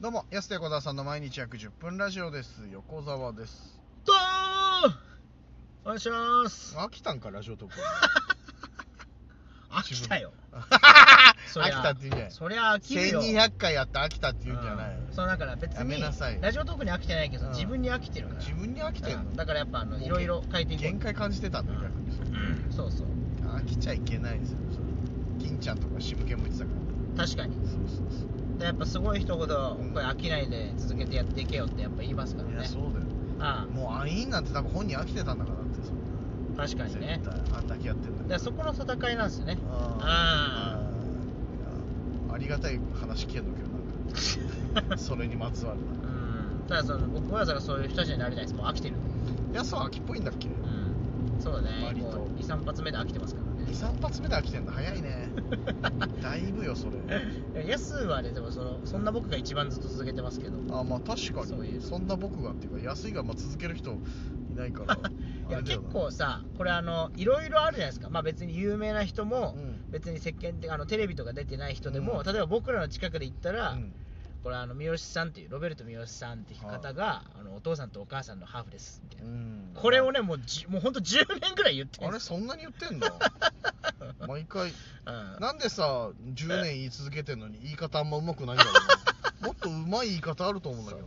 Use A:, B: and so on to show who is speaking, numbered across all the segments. A: どうも、安手小沢さんの毎日約10分ラジオです。横澤です。
B: どうお願い します
A: 飽きたんか、ラジオトーク。
B: 飽きたよそり
A: 飽き
B: ゃ
A: たって言うんじゃない
B: そりゃ飽きるよ
A: 1200回やって飽きたって言うんじゃない、
B: うんそうだから別
A: やめ
B: に
A: なさい
B: ラジオトークに飽きてないけど
A: うん
B: 自分に飽きてるから
A: 自分に飽きてんの、
B: うんだからやっぱあの
A: もう
B: いろいろ変えていこう
A: 限界感じてたんだよ、逆に。
B: うんそうそう
A: 飽きちゃいけないですよ、それ金ちゃんとか渋気も言ってたか。
B: 確からに
A: そうそうそう。
B: でやっぱすごい一言これ飽きないで続けてやっていけよってやっぱ言いますから
A: いや、
B: ね
A: そうだよ。
B: あ
A: もう、あいんなんて多分本人飽きてたんだからだって、そんな
B: あ確かにねだ
A: 絶対
B: か
A: あんだけやってんだから
B: らそこの戦いなんですよね
A: あ
B: あ
A: あありがたい話聞けんのけどなん か それにまつわる
B: あうんただその僕わざわざそういう人たちになれないですもう飽きてる
A: やすは秋っぽいんだっけ
B: うんそうだね
A: 割と
B: もう23発目で飽きてますから ね
A: 23発目で飽きてんだ早い ねだいぶよそれ
B: いやヤスはねでもそのそんな僕が一番ずっと続けてますけど
A: あまあ確かに
B: そ
A: そう
B: いうん
A: な僕がっていうか安いがまあ続ける人い ないから
B: いや
A: あれだ
B: 結
A: よな
B: 構さこれあのいろいろあるじゃないですかまあ別に有名な人も、
A: うん
B: 別に石鹸ってあのテレビとか出てない人でも、
A: うん
B: 例えば僕らの近くで行ったら、
A: うん
B: これあの三好さんっていうロベルト三好さんっていう方が、あのお父さんとお母さんのハーフですみたいな、
A: うん
B: これをねもうじもうほんと10年ぐらい言って
A: あ
B: るん
A: れ
B: です
A: そんなに言って んだ毎 回
B: うん
A: なんでさ10年言い続けてんのに言い方あんまうまくないんだろう なもっとうまい言い方あると思うんだけど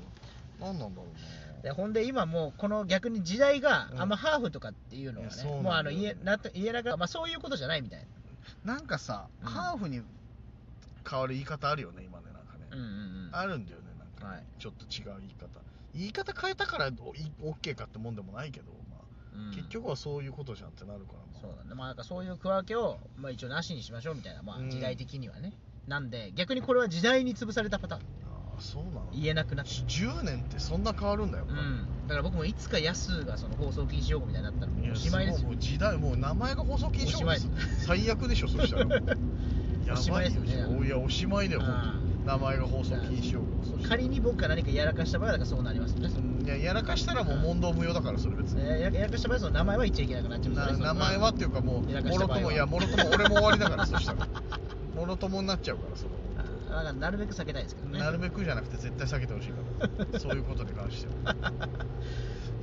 A: 何なんだろう
B: で
A: な
B: ほんで今もうこの逆に時代が
A: うん
B: あんまハーフとかっていうのはいね、
A: やそうなんだよ
B: もうあの言えな言えながら、まあ、そういうことじゃないみたい
A: なんかさ、
B: うん
A: ハーフに変わる言い方あるよね今ねなんかね
B: な、、うんうんうん、
A: あるんだよねなんか、
B: はい
A: ちょっと違う言い方言い方変えたからおい OK かってもんでもないけど、まあ
B: うん
A: 結局はそういうことじゃんってなるから、
B: そう
A: ま
B: だねまあなんかそういう区分けを、まあ、一応なしにしましょうみたいな、ま
A: う
B: あ、
A: ん
B: 時代的にはね、なんで逆にこれは時代に潰されたパターン
A: ああそうなの
B: 言えなくなった
A: 10年ってそんな変わるんだよ、
B: う
A: やっぱ
B: んだから僕もいつかヤスがその放送禁止用語みたいになったら
A: り
B: もうおしまいですよ
A: もう時代もう名前が放送禁止用語です
B: おしまい
A: 最悪でしょそしたらもう や
B: おし
A: ば
B: まい
A: い
B: で
A: よ
B: すよね
A: おいやおしまいだよ本当に名前が放送禁止用語そしたら
B: 仮に僕が何かやらかした場合はだからそうなりますよねその
A: いややらかしたらもう問答無用だからそれ別に
B: やややらかした場合はその名前は言っちゃいけなくなっちゃうんで
A: な
B: すよね
A: 名前はっていうかもう
B: やらか
A: も
B: した
A: ろ
B: 場合
A: と
B: は
A: もいやもろとも俺も終わりだからそしたらもろともになっちゃうからその
B: あーだからなるべく避けたいですけどね
A: なるべくじゃなくて絶対避けてほしいからそういうことに関しては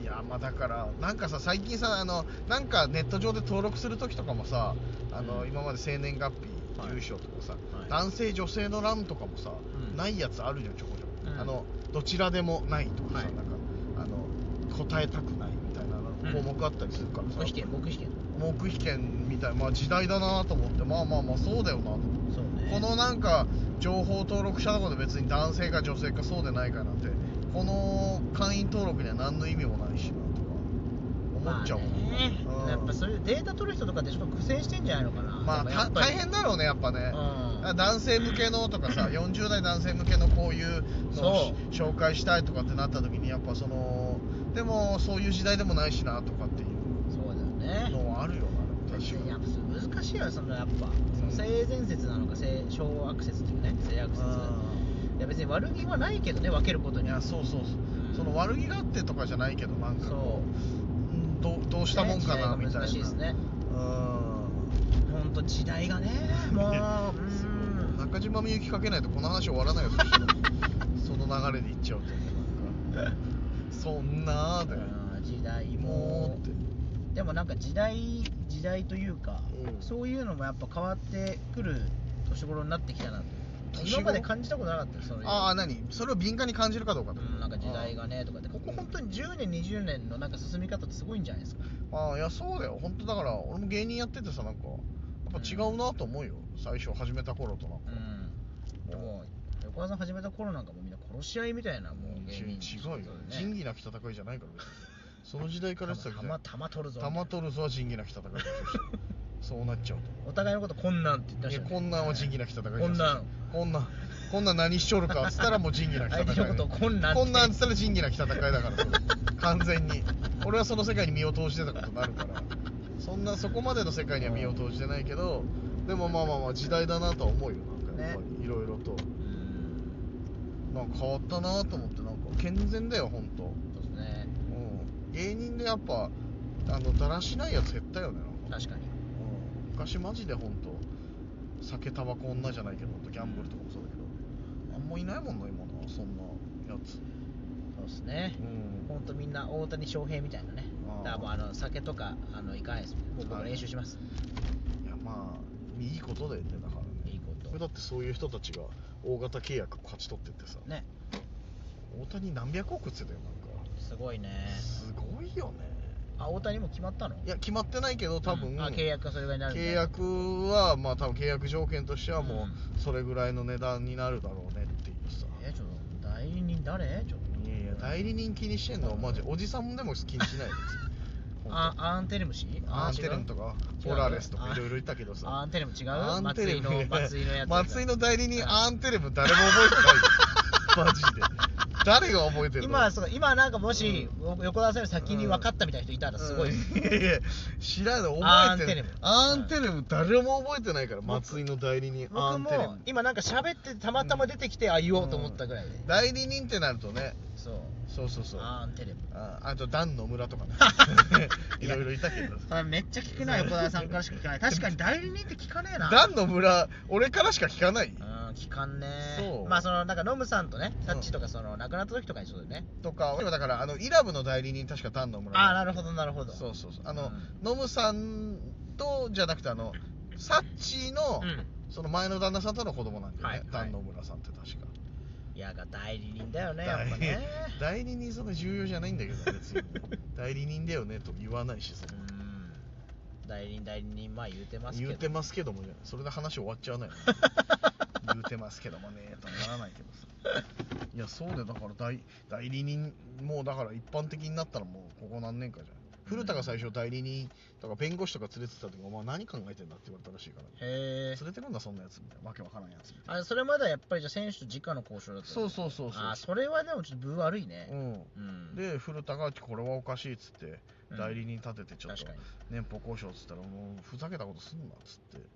A: いやまあだからなんかさ最近さあのなんかネット上で登録する時とかもさあの、
B: うん
A: 今まで生年月
B: はい
A: 日住所とかさ、
B: はい
A: 男性女性の欄とかもさ、
B: うん
A: ないやつあるじゃんちょこちょこ、
B: うん
A: あのどちらでもないとかさ、
B: はい
A: なんかあの答えたくないみたいな項目あったりするからさ、
B: 黙秘権黙秘権
A: 黙秘権みたいまあ時代だなと思ってまあまあまあそうだよなと思って
B: そう
A: このなんか情報登録者のことで別に男性か女性かそうでないかなんてこの会員登録には何の意味もないしなとか思っちゃうもん
B: まあね
A: うん
B: やっぱそういうデータ取る人とかってちょっと苦戦してんじゃないのかな
A: まあ
B: でもや
A: た
B: っぱり
A: 大変だろうねやっぱね
B: うん
A: 男性向けのとかさ40代 男性向けのこういうのをし
B: そう
A: 紹介したいとかってなった時にやっぱそのでもそういう時代でもないしなとかっていう
B: そうだよね
A: のはあるよな確かに
B: やっぱそれ難しいよそのやっぱその性善説なのか性小悪説というね性悪説
A: うん
B: いや別に悪気はないけどね分けること
A: い
B: に
A: や
B: は
A: そうそうそう、
B: うん
A: その悪気があってとかじゃないけどなんか
B: そ
A: こ
B: う
A: ううんどうどうしたもんかなみ
B: ね時
A: たいな
B: 代が難しいですね
A: う
B: ほんと時代がねもう
A: ん
B: う
A: 中島みゆきかけないとこの話終わらないよそしたら その流れでいっちゃうとねなんかそんなーで
B: ん時代
A: も
B: も
A: うって
B: でもなんか時代時代というか、
A: うん
B: そういうのもやっぱ変わってくる年頃になってきたなと
A: 年頃
B: 今まで感じたことなかったよそういう
A: ああ何それを敏感に感じるかどうかってこと
B: うんなんか時代がねとかってここ本当に10年20年のなんか進み方ってすごいんじゃないですか
A: ああいやそうだよ本当だから俺も芸人やっててさなんかやっぱ違うなと思うよ最初始めた頃となんか、
B: うんもう横田さん始めた頃なんかもうみんな殺し合いみたいなもう芸人
A: ち違うよ、仁義なき戦いじゃないから 別にその時代からしたら
B: 玉玉取るぞ
A: 玉取るぞは仁義なき戦いだとしてそうなっちゃう
B: お互いのことこんなんって言って
A: と
B: ま
A: い
B: し
A: や
B: たよね
A: こんなんは仁義なき戦いじゃ
B: こんなん
A: こんなんこんなん何しちょるかっつったらもう仁義なき戦いだ
B: 相手のことをこんなんって
A: こんなんっつったら仁義なき戦いだからそれ完全に俺はその世界に身を投じてたことになるからそんなそこまでの世界には身を投じてないけどでもまあまあまあ時代だなとは思うよなんかやっぱりいろいろと
B: うん
A: なんか変わったなと思ってなんか健全だよ本当
B: そうですね
A: うん、芸人でやっぱあのだらしないやつ減ったよねなんか、
B: 確かに
A: うん、昔マジで本当酒タバコ女じゃないけどほんとギャンブルとかもそうだけどあんまいないもんな今なそんなやつ
B: そうですね
A: うん
B: 本当みんな大谷翔平みたいなね
A: あー
B: だからもうあの酒とかあの行かないですもう僕
A: は
B: も
A: い
B: 練習します、
A: いやまあいいことだよねだからね
B: いいこと
A: だってそういう人たちが大型契約を勝ち取ってってさ、
B: ね
A: 大谷何百億っつってたよなん
B: すごいね
A: かすごいよね
B: あ大谷も決まったの
A: いや決まってないけど多分、
B: うんあ契約がそれぐらいになるんだ
A: 契約はまあ多分契約条件としてはも
B: う
A: うそれぐらいの値段になるだろうねっていうさ、
B: えちょっと代理人誰ちょっと
A: いやいや代理人気にしてんのマジおじさんでも気にし ないです
B: あアンテレム氏
A: アンテレムとかポラレスとか
B: あ
A: いろいろいたけどさ
B: アンテレム違う
A: アンテレム
B: 松井の松井のやつ
A: 松井の代理
B: う
A: 人
B: ん
A: アンテレム誰も覚えてないよマ ジで誰が覚えてるの
B: 今そう今なんかもし、横田さんより先に分かったみたいな人いたらすごい、
A: うんいやいや知らない
B: アン
A: 覚え
B: テ
A: て
B: レ
A: る
B: ム
A: アンテレム誰も覚えてないから松井の代理人ア
B: 僕
A: ンテレ
B: も
A: ム
B: 今なんか喋ってたまたま出てきて、あ言おうと思ったぐらいで、
A: 代理人ってなるとね
B: そう
A: そうそうそうあ
B: アンテレム
A: あとダンの村とかね いろいろいたけどさ
B: あめっちゃ聞くな横田さんからしか聞かない確かに代理人って聞かねえな
A: ダンの村俺からしか聞かない
B: うん聞かんねえ
A: そう
B: まあそのなんかノムさんとね
A: ん
B: タッチとかその亡くなった時とかにそうだよね、
A: とか俺はだからあのイラブの代理人確かダンの村
B: ああなるほどなるほど
A: そうそうそうあの、
B: うん
A: ノムさんとじゃなくてあ のサッチーの、
B: うん
A: その前の旦那さんとの子供なんだよね、
B: はいはい
A: 旦野村さんって確か
B: いやが代理人だよねやっぱね
A: 代理人そんな重要じゃないんだけど別に 代理人だよねとも言わないしさ
B: うん代理人代理人まあ言うてますけど
A: 言うてますけどもねそれで話終わっちゃわないよね言うてますけどもねとはならないけどさいやそうでだから代代理人もうだから一般的になったらもうここ何年かじゃん古田が最初代理人とか弁護士とか連れてった時お前何考えてんだって言われたらしいから
B: へえ
A: 連れてるんだそんなやつみたいなわけわからんやつみたい
B: あそれまだやっぱりじゃあ選手と直の交渉だっ
A: な
B: た
A: そうそううそうそう
B: あそれはでもちょっと分悪いね
A: う
B: うん
A: ん、で古田がこれはおかしいっつって
B: うん
A: 代理人立ててちょっと
B: 確かに
A: 年俸交渉っつったらもうふざけたことすんなっつって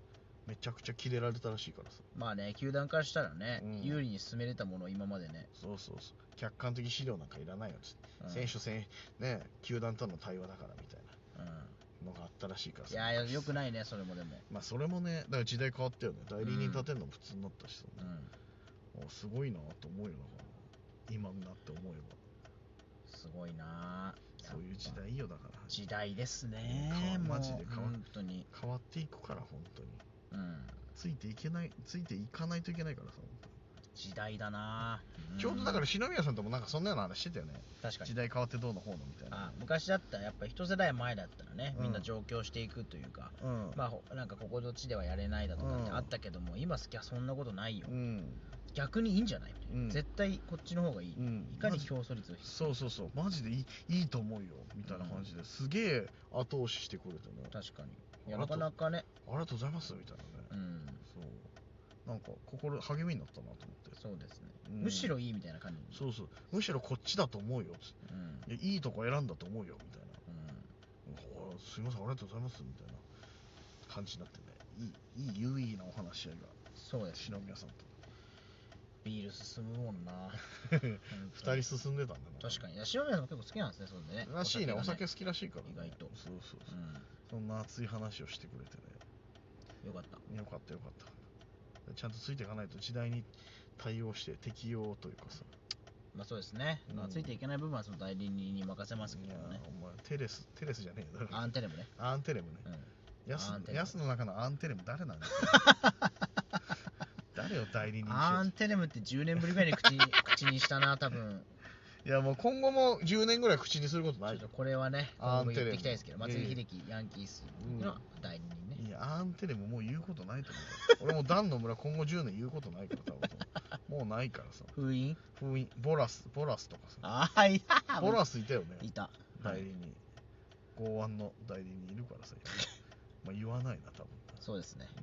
A: めちゃくちゃキレられたらしいからさ
B: まあね球団からしたらね、
A: うん
B: 有利に進めれたものを今までね
A: そうそうそう客観的資料なんかいらないよっつって、
B: うん
A: 選手と選手ね球団との対話だからみたい
B: うん
A: なのがあったらしいから
B: い
A: さ
B: やよよくないねそれもでも
A: まあそれもねだから時代変わったよね代理人立てるのも普通になったしさ、
B: うん
A: もうすごいなと思うよな今になって思えば
B: すごいなぁ
A: そういう時
B: やっぱ
A: 代よだから
B: 時代ですね
A: 変
B: も
A: わ
B: う
A: マジで変わ
B: 本当に
A: 変わっていくから本当に
B: うん
A: ついていけないついていかないといけないからさ本当に
B: 時代だなぁ、
A: ちょうどだからら篠宮さんともなんかそんなような話してたよね
B: 確かに
A: 時代変わってどうの方のみたいな
B: あ昔だったらやっぱ一世代前だったらね
A: うん
B: みんな上京していくというか、
A: うん
B: まあほなんかここの地ではやれないだとかって
A: うん
B: あったけども、今すきゃそんなことないよ、
A: うん
B: 逆にいいんじゃない、
A: うん
B: 絶対こっちの方がいい、
A: うん
B: いかに競争率を低く
A: そうそうそうマジでいいいいと思うよみたいな感じですげえ後押ししてくれてね
B: 確かにいや
A: あ
B: な
A: と
B: かなかね
A: ありがとうございますみたいなね、
B: うん
A: そうなんか心励みになったなと思って
B: そうですね、
A: うん
B: むしろいいみたいな感じ
A: そうそうむしろこっちだと思うよつっ
B: うん、うん
A: ていやいいとこ選んだと思うよみたいなおーすいませんありがとうございますみたいな感じになってねいいいい有意義なお話し合いが
B: そうです
A: 篠宮さんと
B: ビール進むもんな
A: 二人進んでたんだね
B: 確かにいや塩宮さんも結構好きなんですねそうでね
A: らしいねお酒
B: が
A: 好きらしいからね、
B: 意外と
A: そうそうそう、
B: う
A: そんな熱い話をしてくれて
B: んよかった
A: ねよかったよかったちゃんとついていかないと時代に対応して適応というかさ
B: まあそうですね、まあ、
A: うん
B: ついていけない部分はその代理人に任せますけ
A: い
B: ど
A: や
B: もね
A: お前テレステレスじゃねえよだから
B: アンテレムね、
A: アンテレムね
B: うん、
A: ヤス
B: アンテレム
A: ヤスの中のアンテレム誰なん だよ誰を代理人にしよ
B: ア
A: う
B: ンテレムって10年ぶりぐらい に口に口にしたな多分
A: といやもう今後も10年ぐらい口にすること
B: ちょ
A: ない
B: っ
A: よ
B: とこれはね
A: ア
B: 今
A: ンテ
B: 後
A: レム
B: 言っていきたいですけど松井秀喜ヤンキースの代理人ね
A: いやアンテレムもう言うことないと思う俺もダンの村今後10年言うことないから多分もうないからさ
B: 封印
A: 封印ボラスボラスとかさ
B: ああいや
A: ボラスいたよね
B: いたは
A: 代理
B: い
A: 人剛腕の代理人いるからさ今まあ言わないな多分、
B: そうですね
A: う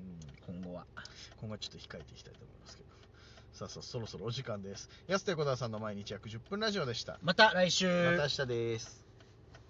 A: ん、
B: 今後は
A: 今後はちょっと控えていきたいと思いますけどさあさあそろそろお時間です安手小沢さんの毎日約10分ラジオでした
B: また来週
A: また明日です